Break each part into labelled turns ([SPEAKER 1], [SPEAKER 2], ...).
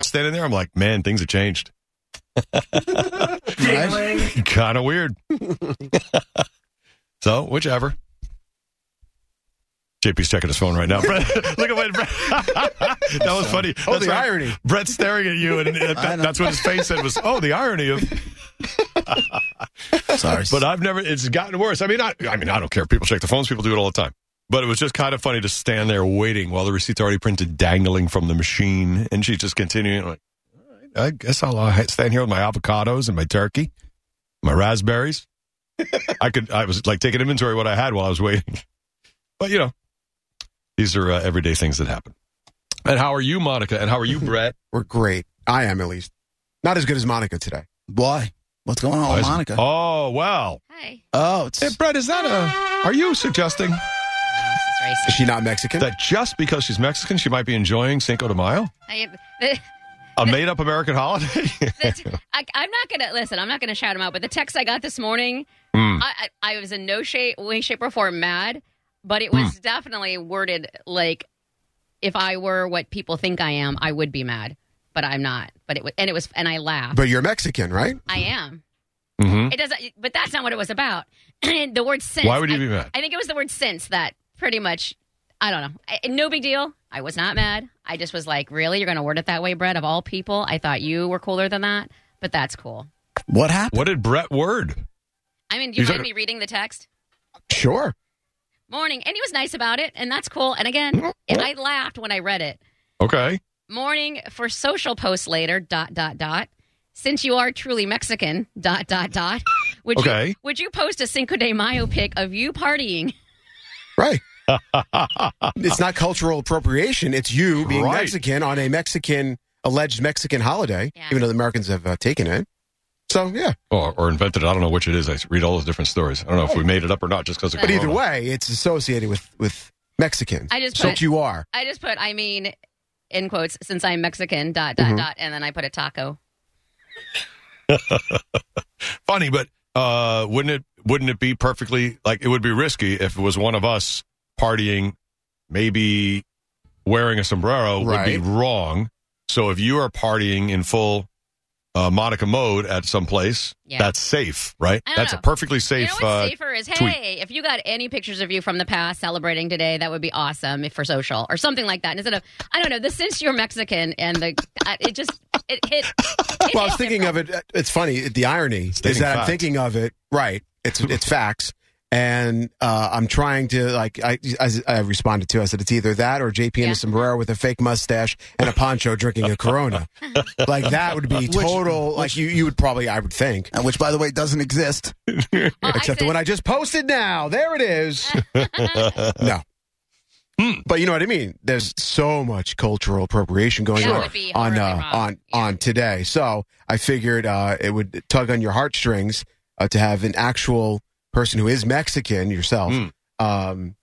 [SPEAKER 1] Standing there, I'm like, man, things have changed. kind of weird. so, whichever. JP's checking his phone right now. Brett, look at what Brett, that was funny.
[SPEAKER 2] Oh,
[SPEAKER 1] That's
[SPEAKER 2] the
[SPEAKER 1] right.
[SPEAKER 2] irony.
[SPEAKER 1] Brett's staring at you, and that-
[SPEAKER 2] I know.
[SPEAKER 1] that's what his face said was, "Oh, the irony of."
[SPEAKER 2] Sorry.
[SPEAKER 1] But I've never. It's gotten worse. I mean, I, I mean, I don't care. People check their phones. People do it all the time. But it was just kind of funny to stand there waiting while the receipt's already printed, dangling from the machine, and she's just continuing. Like, all right, I guess I'll uh, stand here with my avocados and my turkey, my raspberries. I could. I was like taking inventory of what I had while I was waiting. But you know, these are uh, everyday things that happen. And how are you, Monica? And how are you, Brett?
[SPEAKER 2] We're great. I am at least. Not as good as Monica today.
[SPEAKER 3] Why? What's going on,
[SPEAKER 1] Oh,
[SPEAKER 3] with
[SPEAKER 1] is-
[SPEAKER 3] Monica?
[SPEAKER 1] Oh well.
[SPEAKER 4] Hi.
[SPEAKER 3] Oh, it's
[SPEAKER 1] Hey, Brett, is that a? Are you suggesting?
[SPEAKER 4] This
[SPEAKER 2] Is
[SPEAKER 4] is racist.
[SPEAKER 2] she not Mexican?
[SPEAKER 1] that just because she's Mexican, she might be enjoying Cinco de Mayo,
[SPEAKER 4] I, the,
[SPEAKER 1] a made up American holiday.
[SPEAKER 4] the, I, I'm not going to listen. I'm not going to shout him out. But the text I got this morning,
[SPEAKER 1] Hmm.
[SPEAKER 4] I, I, I was in no shape, way, shape, or form mad, but it
[SPEAKER 1] Hmm.
[SPEAKER 4] was definitely worded like, if I were what people think I am, I would be mad, but I'm not. But it was, and it was, and I laughed.
[SPEAKER 2] but you're Mexican, right?
[SPEAKER 4] I am.
[SPEAKER 1] Mhm.
[SPEAKER 4] It doesn't, but that's not what it was about. the word since.
[SPEAKER 1] Why would you
[SPEAKER 4] I,
[SPEAKER 1] be mad?
[SPEAKER 4] I think it was the word since that pretty much. I don't know. I, no big deal. I was not mad. I just was like, really, you're going to word it that way, Brett? Of all people, I thought you were cooler than that, but that's cool.
[SPEAKER 3] what happened?
[SPEAKER 1] What did Brett word?
[SPEAKER 4] I mean, do you
[SPEAKER 1] He's
[SPEAKER 4] mind
[SPEAKER 1] a-
[SPEAKER 4] me reading the text?
[SPEAKER 2] Sure.
[SPEAKER 4] Morning, and he was nice about it, and that's cool. And again, and I laughed when I read it.
[SPEAKER 1] Okay.
[SPEAKER 4] Morning for social post later. Dot dot dot. Since you are truly Mexican. Dot dot dot. Would
[SPEAKER 1] Okay.
[SPEAKER 4] you would you post a Cinco de Mayo pic of you partying?
[SPEAKER 2] Right. it's not cultural appropriation. It's you being
[SPEAKER 1] Right.
[SPEAKER 2] Mexican on a Mexican, alleged Mexican holiday,
[SPEAKER 4] Yeah.
[SPEAKER 2] even though the Americans have uh, taken it. So, yeah.
[SPEAKER 1] Or, or invented it. I don't know which it is. I read all those different stories. I don't know if we made it up or not just because of
[SPEAKER 2] But either
[SPEAKER 1] corona.
[SPEAKER 2] way, it's associated with, with Mexicans.
[SPEAKER 4] I just
[SPEAKER 2] so
[SPEAKER 4] put-
[SPEAKER 2] you are.
[SPEAKER 4] I just put. I mean, in quotes, since I'm Mexican. Dot
[SPEAKER 2] Mm-hmm.
[SPEAKER 4] dot dot, and then I put a taco.
[SPEAKER 1] Funny, but uh, wouldn't it wouldn't it be perfectly like it would be risky if it was one of us partying, maybe wearing a sombrero would
[SPEAKER 2] Right.
[SPEAKER 1] be wrong. So if you are partying in full uh, Monica mode at some place,
[SPEAKER 4] Yeah.
[SPEAKER 1] that's safe, right?
[SPEAKER 4] I don't
[SPEAKER 1] That's a
[SPEAKER 4] know.
[SPEAKER 1] perfectly safe.
[SPEAKER 4] you know what's
[SPEAKER 1] uh,
[SPEAKER 4] safer is hey,
[SPEAKER 1] tweet.
[SPEAKER 4] if you got any pictures of you from the past celebrating today, that would be awesome if for social or something like that. Instead of I don't know, the since you're Mexican and the I- it just it hit. it
[SPEAKER 2] Well, I
[SPEAKER 4] hit
[SPEAKER 2] was thinking of it. It's funny. The irony
[SPEAKER 1] Stating
[SPEAKER 2] is that
[SPEAKER 1] facts.
[SPEAKER 2] I'm thinking of it. Right. It's it's facts, and uh, I'm trying to like I, I I responded to. I said it's either that or JP in
[SPEAKER 4] Yeah.
[SPEAKER 2] a sombrero with a fake mustache and a poncho drinking a Corona. like that would be total. like you you would probably I would think.
[SPEAKER 3] Uh, Which, by the way, doesn't exist.
[SPEAKER 4] Well, I
[SPEAKER 2] Except the
[SPEAKER 4] said-
[SPEAKER 2] one I just posted now. There it is. no. But you know what I mean. There's so much cultural appropriation going
[SPEAKER 4] That
[SPEAKER 2] on
[SPEAKER 4] would be
[SPEAKER 2] on uh,
[SPEAKER 4] horribly wrong.
[SPEAKER 2] on
[SPEAKER 4] Yeah.
[SPEAKER 2] on today. So I figured uh, it would tug on your heartstrings uh, to have an actual person who is Mexican yourself
[SPEAKER 1] Mm.
[SPEAKER 2] um,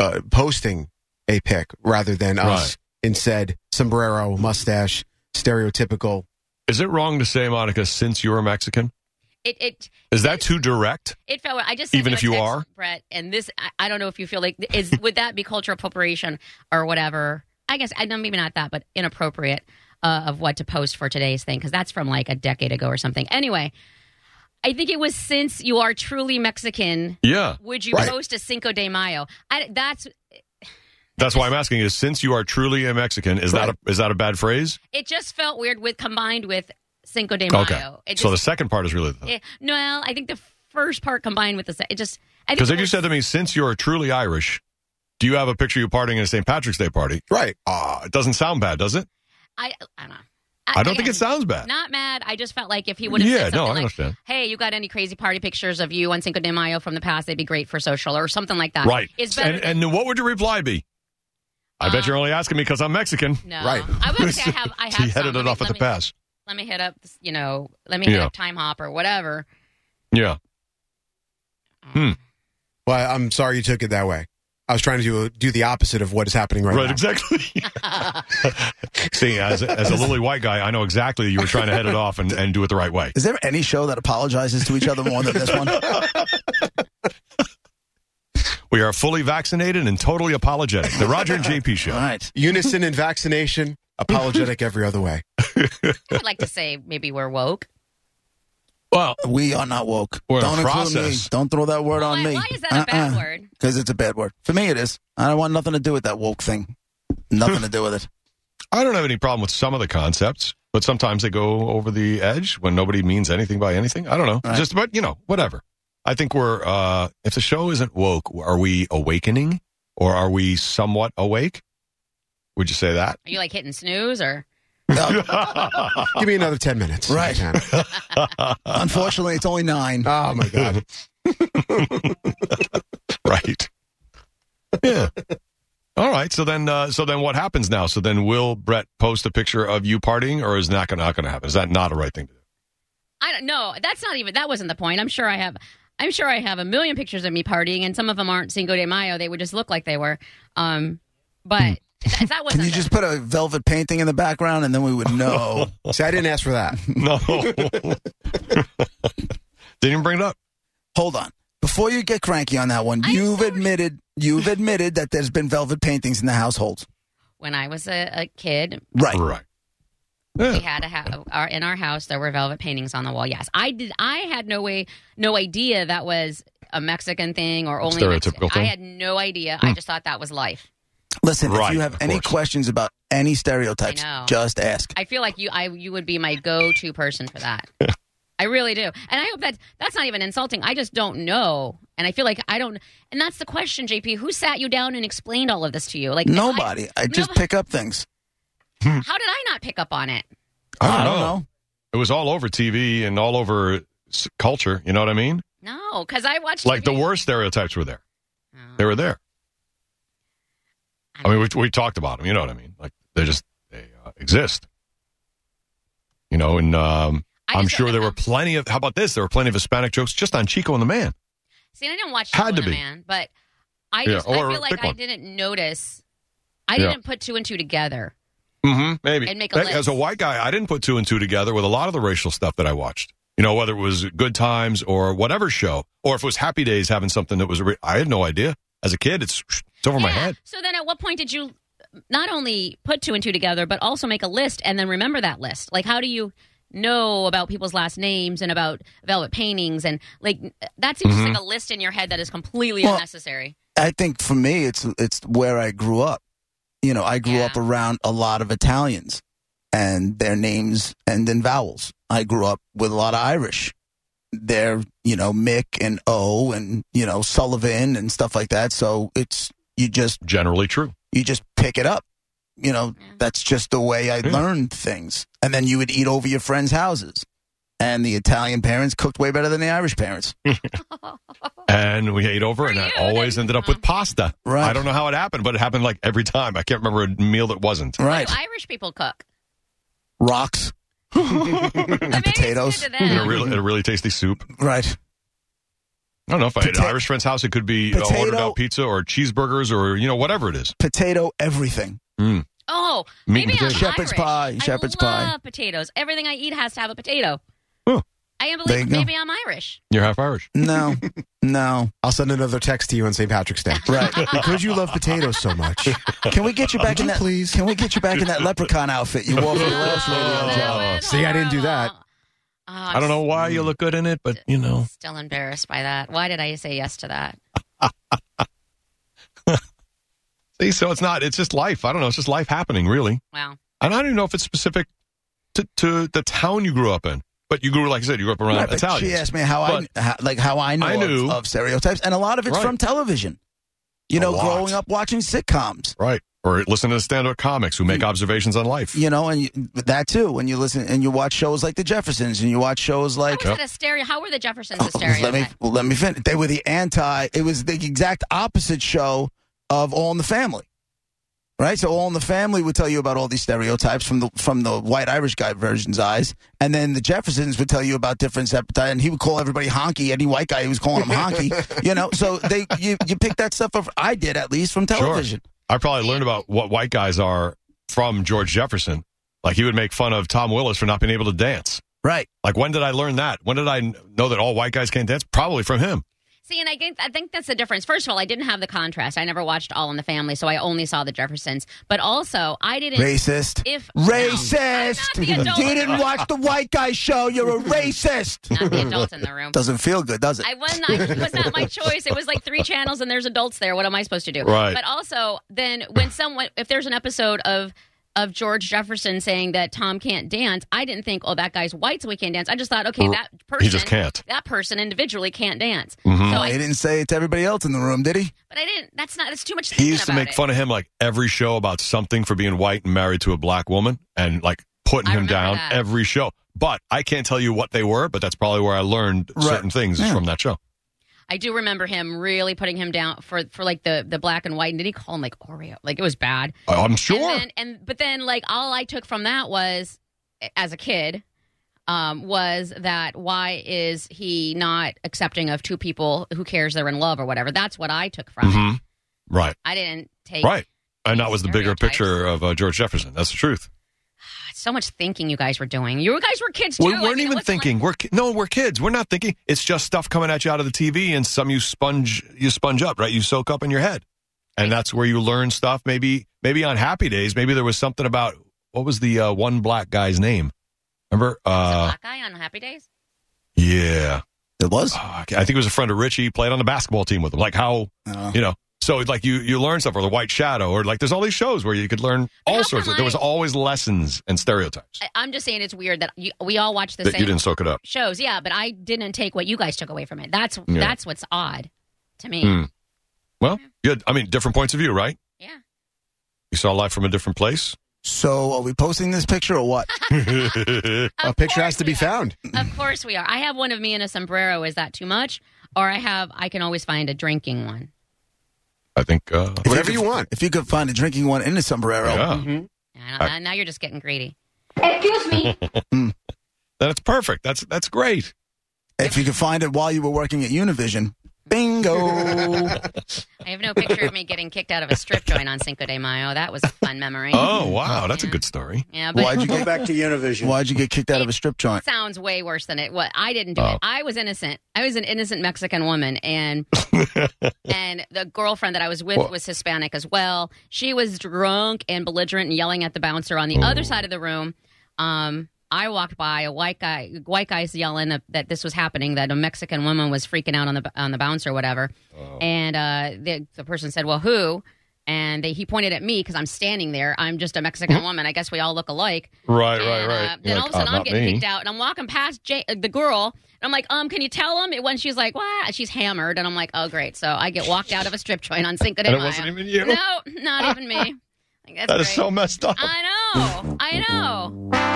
[SPEAKER 2] uh, posting a pic rather than us instead sombrero, mustache, stereotypical.
[SPEAKER 1] Is it wrong to say, Monica, since you're Mexican?
[SPEAKER 4] it it
[SPEAKER 1] Is that too direct?
[SPEAKER 4] it felt I just sent
[SPEAKER 1] Even if
[SPEAKER 4] a
[SPEAKER 1] you
[SPEAKER 4] text,
[SPEAKER 1] are?
[SPEAKER 4] Brett and this I, I don't know if you feel like is would that be cultural appropriation or whatever I guess I know maybe not that but inappropriate uh, of what to post for today's thing because that's from like a decade ago or something anyway I think it was since you are truly Mexican
[SPEAKER 1] Yeah.
[SPEAKER 4] would you
[SPEAKER 2] Right.
[SPEAKER 4] post a Cinco de Mayo I, that's
[SPEAKER 1] That's why I'm asking is since you are truly a Mexican, is that a, is that a bad phrase?
[SPEAKER 4] it just felt weird with combined with Cinco de Mayo
[SPEAKER 1] Okay.
[SPEAKER 4] it just,
[SPEAKER 1] so the second part is really the
[SPEAKER 4] it- no I think the first part combined with the se- it just I think
[SPEAKER 1] Because
[SPEAKER 4] it
[SPEAKER 1] if you
[SPEAKER 4] was-
[SPEAKER 1] said to me, since you are truly Irish, do you have a picture of you partying at a St. Patrick's Day party?
[SPEAKER 2] Right.
[SPEAKER 1] Ah, it doesn't sound bad, does it?
[SPEAKER 4] I I don't know
[SPEAKER 1] I don't think
[SPEAKER 4] again,
[SPEAKER 1] it sounds bad.
[SPEAKER 4] Not mad. I just felt like if he would have
[SPEAKER 1] Yeah,
[SPEAKER 4] said
[SPEAKER 1] no, I
[SPEAKER 4] something like,
[SPEAKER 1] understand.
[SPEAKER 4] "Hey, you got any crazy party pictures of you on Cinco de Mayo from the past? They'd be great for social or something like that."
[SPEAKER 1] Right.
[SPEAKER 4] It's better. Uh,
[SPEAKER 1] And, and what would your reply be? I bet you're only asking me because I'm Mexican.
[SPEAKER 4] No,
[SPEAKER 2] Right.
[SPEAKER 4] I would say I have. I have.
[SPEAKER 1] she
[SPEAKER 4] some.
[SPEAKER 1] headed
[SPEAKER 4] Let
[SPEAKER 1] it
[SPEAKER 4] me-
[SPEAKER 1] off at
[SPEAKER 4] let
[SPEAKER 1] the
[SPEAKER 4] me-
[SPEAKER 1] pass.
[SPEAKER 4] Let me hit up. You know, let me hit
[SPEAKER 1] Yeah.
[SPEAKER 4] up Time Hop or whatever.
[SPEAKER 1] Yeah. Hmm.
[SPEAKER 2] Well, I'm sorry you took it that way. I was trying to do, do the opposite of what is happening right,
[SPEAKER 1] Right,
[SPEAKER 2] now.
[SPEAKER 1] exactly. See, as, as a lily white guy, I know exactly you were trying to head it off and, and do it the right way.
[SPEAKER 3] Is there any show that apologizes to each other more than this one?
[SPEAKER 1] We are fully vaccinated and totally apologetic. The Roger and JP
[SPEAKER 3] All
[SPEAKER 1] show.
[SPEAKER 3] right.
[SPEAKER 2] Unison in vaccination, apologetic every other way.
[SPEAKER 4] I'd like to say maybe we're woke.
[SPEAKER 1] Well,
[SPEAKER 3] We are not woke.
[SPEAKER 1] We're in
[SPEAKER 3] Don't
[SPEAKER 1] the
[SPEAKER 3] include me.
[SPEAKER 1] process.
[SPEAKER 3] Don't throw that word on
[SPEAKER 4] why,
[SPEAKER 3] me. Uh-uh.
[SPEAKER 4] why is that a bad word?
[SPEAKER 3] Because it's a bad word. For me, it is. I don't want nothing to do with that woke thing. Nothing to do with it.
[SPEAKER 1] I don't have any problem with some of the concepts, but sometimes they go over the edge when nobody means anything by anything. I don't know.
[SPEAKER 3] Right.
[SPEAKER 1] Just, but, you know, whatever. I think we're, uh, if the show isn't woke, are we awakening or are we somewhat awake? Would you say that?
[SPEAKER 4] Are you like hitting snooze or?
[SPEAKER 3] No,
[SPEAKER 2] Give me another 10 minutes.
[SPEAKER 3] Right.
[SPEAKER 2] Hannah.
[SPEAKER 3] unfortunately, it's only nine.
[SPEAKER 2] Oh, my God.
[SPEAKER 1] right. Yeah. All right. So then, uh, so then, what happens now? So then, will Brett post a picture of you partying, or is not gonna, not going to happen? Is that not a right thing to do?
[SPEAKER 4] I don't know. That's not even. That wasn't the point. I'm sure I have. I'm sure I have a million pictures of me partying, and some of them aren't Cinco de Mayo. They would just look like they were. Um,
[SPEAKER 1] Hmm.
[SPEAKER 4] but that, that
[SPEAKER 3] Can
[SPEAKER 4] wasn't.
[SPEAKER 3] you
[SPEAKER 4] the-
[SPEAKER 3] just put a velvet painting in the background and then we would know?
[SPEAKER 2] See, I didn't ask for that.
[SPEAKER 1] No. Didn't even bring it up.
[SPEAKER 3] Hold on. Before you get cranky on that one,
[SPEAKER 4] I'm
[SPEAKER 3] you've
[SPEAKER 4] sorry.
[SPEAKER 3] admitted you've admitted that there's been velvet paintings in the household.
[SPEAKER 4] when I was a, a kid,
[SPEAKER 3] Right.
[SPEAKER 1] Right. Yeah.
[SPEAKER 4] we had a ha- our, in our house there were velvet paintings on the wall. Yes, I did. I had no way, no idea that was a Mexican thing or only Mexican.
[SPEAKER 1] Stereotypical thing? Hmm.
[SPEAKER 4] I had no idea. I just thought that was life.
[SPEAKER 3] Listen, if
[SPEAKER 1] Right,
[SPEAKER 3] you have
[SPEAKER 1] of
[SPEAKER 3] any
[SPEAKER 1] course.
[SPEAKER 3] questions about any stereotypes,
[SPEAKER 4] I know.
[SPEAKER 3] just ask.
[SPEAKER 4] I feel like you, I you would be my go-to person for that. I really do, and I hope that that's not even insulting. I just don't know, and I feel like I don't. And that's the question, JP. Who sat you down and explained all of this to you? Like if I-
[SPEAKER 3] Nobody. I, just
[SPEAKER 4] No.
[SPEAKER 3] pick up things.
[SPEAKER 4] how did I not pick up on it?
[SPEAKER 1] I don't, know. It was all over TV and all over s- culture. You know what I mean?
[SPEAKER 4] No, because I watched
[SPEAKER 1] Like the
[SPEAKER 4] TV.
[SPEAKER 1] worst stereotypes were there.
[SPEAKER 4] Oh.
[SPEAKER 1] They were there. I mean, we, we talked about them. You know what I mean? Like they just they uh, exist. You know, and um,
[SPEAKER 4] I
[SPEAKER 1] I'm
[SPEAKER 4] just-
[SPEAKER 1] sure there were plenty of. How about this? There were plenty of Hispanic jokes just on Chico and the Man.
[SPEAKER 4] See, I didn't watch
[SPEAKER 1] Had
[SPEAKER 4] Had
[SPEAKER 1] to
[SPEAKER 4] to
[SPEAKER 1] be.
[SPEAKER 4] Man, but I
[SPEAKER 1] Yeah,
[SPEAKER 4] just
[SPEAKER 1] or
[SPEAKER 4] I feel
[SPEAKER 1] pick
[SPEAKER 4] like I
[SPEAKER 1] one.
[SPEAKER 4] didn't notice. I
[SPEAKER 1] Yeah.
[SPEAKER 4] didn't put two and two together.
[SPEAKER 1] Mm-hmm. Maybe.
[SPEAKER 4] And make a
[SPEAKER 1] Hey, As
[SPEAKER 4] list.
[SPEAKER 1] a white guy, I didn't put two and two together with a lot of the racial stuff that I watched. You know, whether it was Good Times or whatever show, or if it was Happy Days having something that was. Re- I had no idea. As a kid, it's, it's over my
[SPEAKER 4] Yeah.
[SPEAKER 1] head.
[SPEAKER 4] So then, at what point did you not only put two and two together, but also make a list and then remember that list? Like, how do you know about people's last names and about velvet paintings and like that seems
[SPEAKER 1] Mhm.
[SPEAKER 4] like a list in your head that is completely
[SPEAKER 3] Well-
[SPEAKER 4] unnecessary.
[SPEAKER 3] I think for me, it's it's where I grew up. You know, I grew
[SPEAKER 4] Yeah.
[SPEAKER 3] up around a lot of Italians, and their names end in vowels. I grew up with a lot of Irish. They're you know Mick and O and you know Sullivan and stuff like that. So it's you just
[SPEAKER 1] Generally true.
[SPEAKER 3] you just pick it up. You know,
[SPEAKER 4] Yeah.
[SPEAKER 3] that's just the way I
[SPEAKER 1] Yeah.
[SPEAKER 3] learned things. And then you would eat over your friends' houses. And the Italian parents cooked way better than the Irish parents.
[SPEAKER 1] And we ate over,
[SPEAKER 4] For
[SPEAKER 1] and I
[SPEAKER 4] you,
[SPEAKER 1] always
[SPEAKER 4] then-
[SPEAKER 1] ended up with pasta.
[SPEAKER 3] Right.
[SPEAKER 1] I don't know how it happened, but it happened like every time. I can't remember a meal that wasn't.
[SPEAKER 4] How
[SPEAKER 3] Right.
[SPEAKER 4] do Irish people cook
[SPEAKER 3] Rocks and potatoes.
[SPEAKER 4] To
[SPEAKER 1] And a,
[SPEAKER 4] them.
[SPEAKER 1] real, and a really tasty soup.
[SPEAKER 3] Right.
[SPEAKER 1] I don't know if I had an
[SPEAKER 3] Pota-
[SPEAKER 1] Irish friend's house, it could be uh, ordered
[SPEAKER 3] Potato-
[SPEAKER 1] out pizza or cheeseburgers or, you know, whatever it is.
[SPEAKER 3] Potato everything.
[SPEAKER 1] Mm.
[SPEAKER 4] Oh,
[SPEAKER 1] Meat and
[SPEAKER 4] maybe I'm
[SPEAKER 1] potatoes.
[SPEAKER 3] Shepherd's
[SPEAKER 4] Irish.
[SPEAKER 3] pie, shepherd's
[SPEAKER 4] I love
[SPEAKER 3] pie.
[SPEAKER 4] potatoes. Everything I eat has to have a potato.
[SPEAKER 1] Oh.
[SPEAKER 4] I can't
[SPEAKER 3] There you
[SPEAKER 4] believe
[SPEAKER 3] go.
[SPEAKER 4] maybe I'm Irish.
[SPEAKER 1] You're half Irish.
[SPEAKER 3] No. no.
[SPEAKER 2] I'll send another text to you on St. Patrick's Day.
[SPEAKER 3] Right.
[SPEAKER 2] Because you love potatoes so much.
[SPEAKER 3] Can we get you back in that please? Can we get you back in that leprechaun outfit you wore for the last
[SPEAKER 4] Oh,
[SPEAKER 3] radio
[SPEAKER 4] that
[SPEAKER 3] job?
[SPEAKER 4] was
[SPEAKER 2] See, I didn't do that.
[SPEAKER 4] horrible. Oh,
[SPEAKER 1] I don't know why you look good in it, but, you know.
[SPEAKER 4] I'm Still embarrassed by that. Why did I say yes to that?
[SPEAKER 1] See, so it's not. It's just life. I don't know. It's just life happening, really.
[SPEAKER 4] Wow.
[SPEAKER 1] And I don't even know if it's specific to, to the town you grew up in. But you grew, like I said, you grew up around
[SPEAKER 3] Right, but
[SPEAKER 1] Italians.
[SPEAKER 3] She asked me how I how, like how I know
[SPEAKER 1] I
[SPEAKER 3] of-
[SPEAKER 1] knew-
[SPEAKER 3] of, stereotypes, and a lot of it's
[SPEAKER 1] Right.
[SPEAKER 3] from television. You
[SPEAKER 1] A
[SPEAKER 3] know,
[SPEAKER 1] lot.
[SPEAKER 3] growing up watching sitcoms.
[SPEAKER 1] Right. Or listen to stand-up comics who
[SPEAKER 3] Hmm.
[SPEAKER 1] make observations on life.
[SPEAKER 3] you know, and you, that too. When you listen and you watch shows like The Jeffersons, and you watch shows like
[SPEAKER 4] How was that a stereo? How were the Jeffersons a
[SPEAKER 3] Oh,
[SPEAKER 4] stereo?
[SPEAKER 3] let me let me finish. They were the anti. It was the exact opposite show of All in the Family. right? So all in the family would tell you about all these stereotypes from the from the white Irish guy version's eyes, and then the Jeffersons would tell you about different stereotypes, and he would call everybody honky. Any white guy who was calling him honky, you know. So they you you pick that stuff up. I did at least from television.
[SPEAKER 1] I probably learned about what white guys are from George Jefferson. Like he would make fun of Tom Willis for not being able to dance.
[SPEAKER 3] Right.
[SPEAKER 1] Like when did I learn that? When did I kn- know that all white guys can't dance? Probably from him.
[SPEAKER 4] See, and I think I think that's the difference. First of all, I didn't have the contrast. I never watched All in the Family, so I only saw the Jeffersons. But also, I didn't.
[SPEAKER 3] Racist.
[SPEAKER 4] If
[SPEAKER 3] Racist.
[SPEAKER 4] No, I'm not the adult.
[SPEAKER 3] you didn't watch the white guy show. You're a racist.
[SPEAKER 4] Not the adults in the room.
[SPEAKER 3] Doesn't feel good, does it?
[SPEAKER 4] I was not, it was not my choice. It was like three channels and there's adults there. What am I supposed to do?
[SPEAKER 1] Right.
[SPEAKER 4] But also, then when someone, if there's an episode of of George Jefferson saying that Tom can't dance, I didn't think, oh, that guy's white, so he can't dance. I just thought, okay, that person,
[SPEAKER 1] He just can't.
[SPEAKER 4] that person individually can't dance.
[SPEAKER 1] Mhm.
[SPEAKER 4] So
[SPEAKER 3] he
[SPEAKER 4] I,
[SPEAKER 3] didn't say it to everybody else in the room, did he?
[SPEAKER 4] but I didn't. That's not. That's too much.
[SPEAKER 1] He
[SPEAKER 4] thinking
[SPEAKER 1] used to
[SPEAKER 4] about
[SPEAKER 1] make
[SPEAKER 4] it.
[SPEAKER 1] fun of him like every show about something for being white and married to a black woman and like putting
[SPEAKER 4] I
[SPEAKER 1] him
[SPEAKER 4] remember
[SPEAKER 1] down
[SPEAKER 4] that.
[SPEAKER 1] every show. But I can't tell you what they were, but that's probably where I learned
[SPEAKER 3] Right.
[SPEAKER 1] certain things is
[SPEAKER 3] Yeah.
[SPEAKER 1] from that show.
[SPEAKER 4] I do remember him really putting him down for for like the the black and white. And did he call him like Oreo? Like it was bad.
[SPEAKER 1] I- I'm sure.
[SPEAKER 4] And, then, and but then like all I took from that was as a kid um, was that why is he not accepting of two people who cares they're in love or whatever? That's what I took from it.
[SPEAKER 1] Mhm. Right.
[SPEAKER 4] I didn't take
[SPEAKER 1] Right. And that was the bigger
[SPEAKER 4] Stereotypes.
[SPEAKER 1] picture of uh, George Jefferson. That's the truth.
[SPEAKER 4] so much thinking you guys were doing. You guys were kids too.
[SPEAKER 1] We
[SPEAKER 4] I
[SPEAKER 1] weren't
[SPEAKER 4] mean, it
[SPEAKER 1] even
[SPEAKER 4] wasn't
[SPEAKER 1] thinking. We're ki- no, we're kids. We're not thinking. It's just stuff coming at you out of the TV, and some you sponge, you sponge up, right? You soak up in your head, and that's where you learn stuff. Maybe, maybe on happy days, maybe there was something about what was the uh, one black guy's name? Remember?
[SPEAKER 4] Like, was a
[SPEAKER 1] Uh,
[SPEAKER 4] black guy on Happy Days.
[SPEAKER 1] yeah,
[SPEAKER 3] It was.
[SPEAKER 1] Oh, I can't- I think it was a friend of Richie. Played on the basketball team with him. Like how
[SPEAKER 3] Uh,
[SPEAKER 1] you know. So it's like you you learn stuff, or the White Shadow, or like there's all these shows where you could learn
[SPEAKER 4] But
[SPEAKER 1] all
[SPEAKER 4] how
[SPEAKER 1] sorts.
[SPEAKER 4] come
[SPEAKER 1] of There was
[SPEAKER 4] I-
[SPEAKER 1] always lessons and stereotypes
[SPEAKER 4] I, I'm just saying it's weird that you, we all watch the
[SPEAKER 1] that
[SPEAKER 4] same
[SPEAKER 1] you didn't soak it up.
[SPEAKER 4] shows. Yeah, but I didn't take what you guys took away from it. That's
[SPEAKER 1] Yeah.
[SPEAKER 4] that's what's odd to me.
[SPEAKER 1] Hmm. Well, good. I mean, different points of view, right?
[SPEAKER 4] Yeah.
[SPEAKER 1] You saw life from a different place.
[SPEAKER 3] so are we posting this picture or what?
[SPEAKER 2] A
[SPEAKER 4] Of
[SPEAKER 2] picture has
[SPEAKER 4] course
[SPEAKER 2] to be
[SPEAKER 4] we are.
[SPEAKER 2] found.
[SPEAKER 4] Of course we are. I have one of me in a sombrero. Is that too much? Or I have. I can always find a drinking one.
[SPEAKER 1] I think. Uh,
[SPEAKER 2] If Whatever you
[SPEAKER 3] could-
[SPEAKER 2] want.
[SPEAKER 3] If you could find a drinking one in a sombrero,
[SPEAKER 1] yeah,
[SPEAKER 4] I don't, uh, now you're just getting greedy.
[SPEAKER 5] Excuse me.
[SPEAKER 1] that's perfect. That's that's great.
[SPEAKER 3] if you could find it while you were working at Univision, bingo.
[SPEAKER 4] I have no picture of me getting kicked out of a strip joint on Cinco de Mayo. That was a fun memory.
[SPEAKER 1] Oh wow, that's a
[SPEAKER 4] Yeah.
[SPEAKER 1] good story.
[SPEAKER 4] Yeah, but
[SPEAKER 3] Why'd you get
[SPEAKER 6] back to Univision.
[SPEAKER 3] Why'd you get kicked out of a strip joint?
[SPEAKER 4] it sounds way worse than it. What I didn't do
[SPEAKER 1] Oh.
[SPEAKER 4] it. I was innocent. I was an innocent Mexican woman, and and the girlfriend that I was with
[SPEAKER 1] What?
[SPEAKER 4] was Hispanic as well. She was drunk and belligerent and yelling at the bouncer on the
[SPEAKER 1] Oh.
[SPEAKER 4] other side of the room. Um, I walked by a white guy. White guys yelling that- that this was happening. That a Mexican woman was freaking out on the on the bouncer or whatever.
[SPEAKER 1] Oh.
[SPEAKER 4] And uh, the the person said, "Well, who?" And they, he pointed at me because I'm standing there. I'm just a Mexican woman. I guess we all look alike.
[SPEAKER 1] Right, right,
[SPEAKER 4] And,
[SPEAKER 1] right.
[SPEAKER 4] Uh, then
[SPEAKER 1] You're
[SPEAKER 4] all
[SPEAKER 1] like,
[SPEAKER 4] of a
[SPEAKER 1] "Oh,
[SPEAKER 4] sudden, I'm
[SPEAKER 1] not
[SPEAKER 4] getting
[SPEAKER 1] me."
[SPEAKER 4] kicked out, and I'm walking past Jay, uh, the girl, and I'm like, "Um, can you tell him?" And when she's like, "What?" She's hammered, and I'm like, "Oh, great!" So I get walked out of a strip joint on Cinco de
[SPEAKER 1] And it
[SPEAKER 4] Mayo.
[SPEAKER 1] wasn't even you?
[SPEAKER 4] No, not even me. Like, that's
[SPEAKER 1] That is
[SPEAKER 4] great.
[SPEAKER 1] so messed up.
[SPEAKER 4] I know. I know.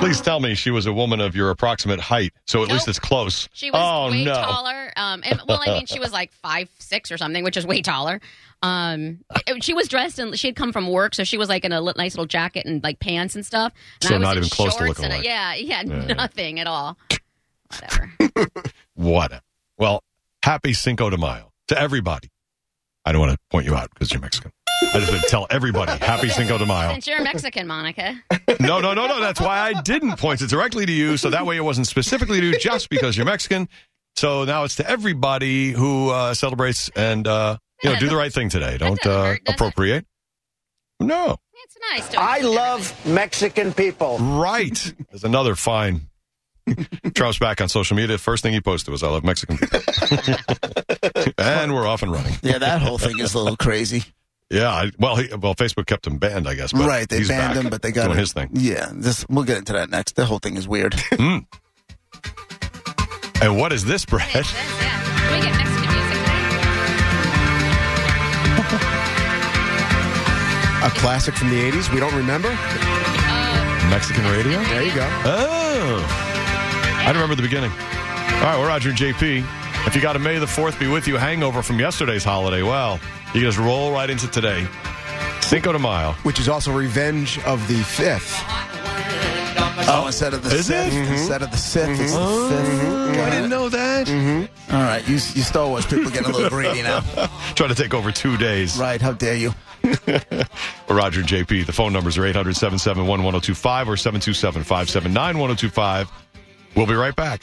[SPEAKER 1] Please tell me she was a woman of your approximate height, so at least
[SPEAKER 4] Nope.
[SPEAKER 1] it's close.
[SPEAKER 4] She was
[SPEAKER 1] oh
[SPEAKER 4] way
[SPEAKER 1] no.
[SPEAKER 4] taller. Um, and, well, I mean, she was like five six or something, which is way taller. Um, it- she was dressed and she had come from work, so she was like in a li- nice little jacket and like pants and stuff. And
[SPEAKER 1] So
[SPEAKER 4] I was
[SPEAKER 1] not
[SPEAKER 4] in
[SPEAKER 1] even close to
[SPEAKER 4] shorts
[SPEAKER 1] looking
[SPEAKER 4] and a-
[SPEAKER 1] alike.
[SPEAKER 4] Yeah, yeah,
[SPEAKER 1] Yeah, yeah.
[SPEAKER 4] nothing at all. Whatever.
[SPEAKER 1] What? Well, happy Cinco de Mayo to everybody. I don't want to point you out because you're Mexican. I just want to tell everybody happy Cinco de Mayo.
[SPEAKER 4] Since you're Mexican, Monica.
[SPEAKER 1] No, no, no, no. That's why I didn't point it directly to you. So that way it wasn't specifically to you just because you're Mexican. So now it's to everybody who uh, celebrates and, uh, you know, do the right thing today. Don't
[SPEAKER 4] doesn't
[SPEAKER 1] uh,
[SPEAKER 4] hurt, does it?
[SPEAKER 1] appropriate. No.
[SPEAKER 4] It's nice. To
[SPEAKER 6] I love Mexican people.
[SPEAKER 1] Right. There's another fine. Trump's back on social media. First thing he posted was, I love Mexican people. and we're off and running.
[SPEAKER 3] Yeah, that whole thing is a little crazy.
[SPEAKER 1] Yeah. I, well, he, well, Facebook kept him banned, I guess. But
[SPEAKER 3] right, they
[SPEAKER 1] he's
[SPEAKER 3] banned
[SPEAKER 1] back
[SPEAKER 3] him, but they got
[SPEAKER 1] doing
[SPEAKER 3] it.
[SPEAKER 1] his thing.
[SPEAKER 3] Yeah, this we'll get into that next. The whole thing is weird.
[SPEAKER 1] And what is this,
[SPEAKER 4] Yeah,
[SPEAKER 1] Brad?
[SPEAKER 4] it is, yeah. We get Mexican music now.
[SPEAKER 2] A classic from the 80s we don't remember.
[SPEAKER 1] Mexican radio?
[SPEAKER 2] There you go.
[SPEAKER 1] Oh. I remember the beginning. All right, we're Roger and JP. If you got a May the 4th be with you hangover from yesterday's holiday, well, you can just roll right into today. Cinco de Mayo.
[SPEAKER 2] which is also Revenge of the Fifth.
[SPEAKER 3] Oh, instead of the
[SPEAKER 1] Is it? Mm-hmm. Oh,
[SPEAKER 3] Sith, instead of the Sith, it's the Fifth. Got it. Mm-hmm.
[SPEAKER 1] know that.
[SPEAKER 3] All right, you, you Star Wars people getting a little greedy now.
[SPEAKER 1] Trying to take over two days.
[SPEAKER 3] Right? How dare you?
[SPEAKER 1] Roger and JP. The phone numbers are 800 771 1025 or 727 579 1025. We'll be right back.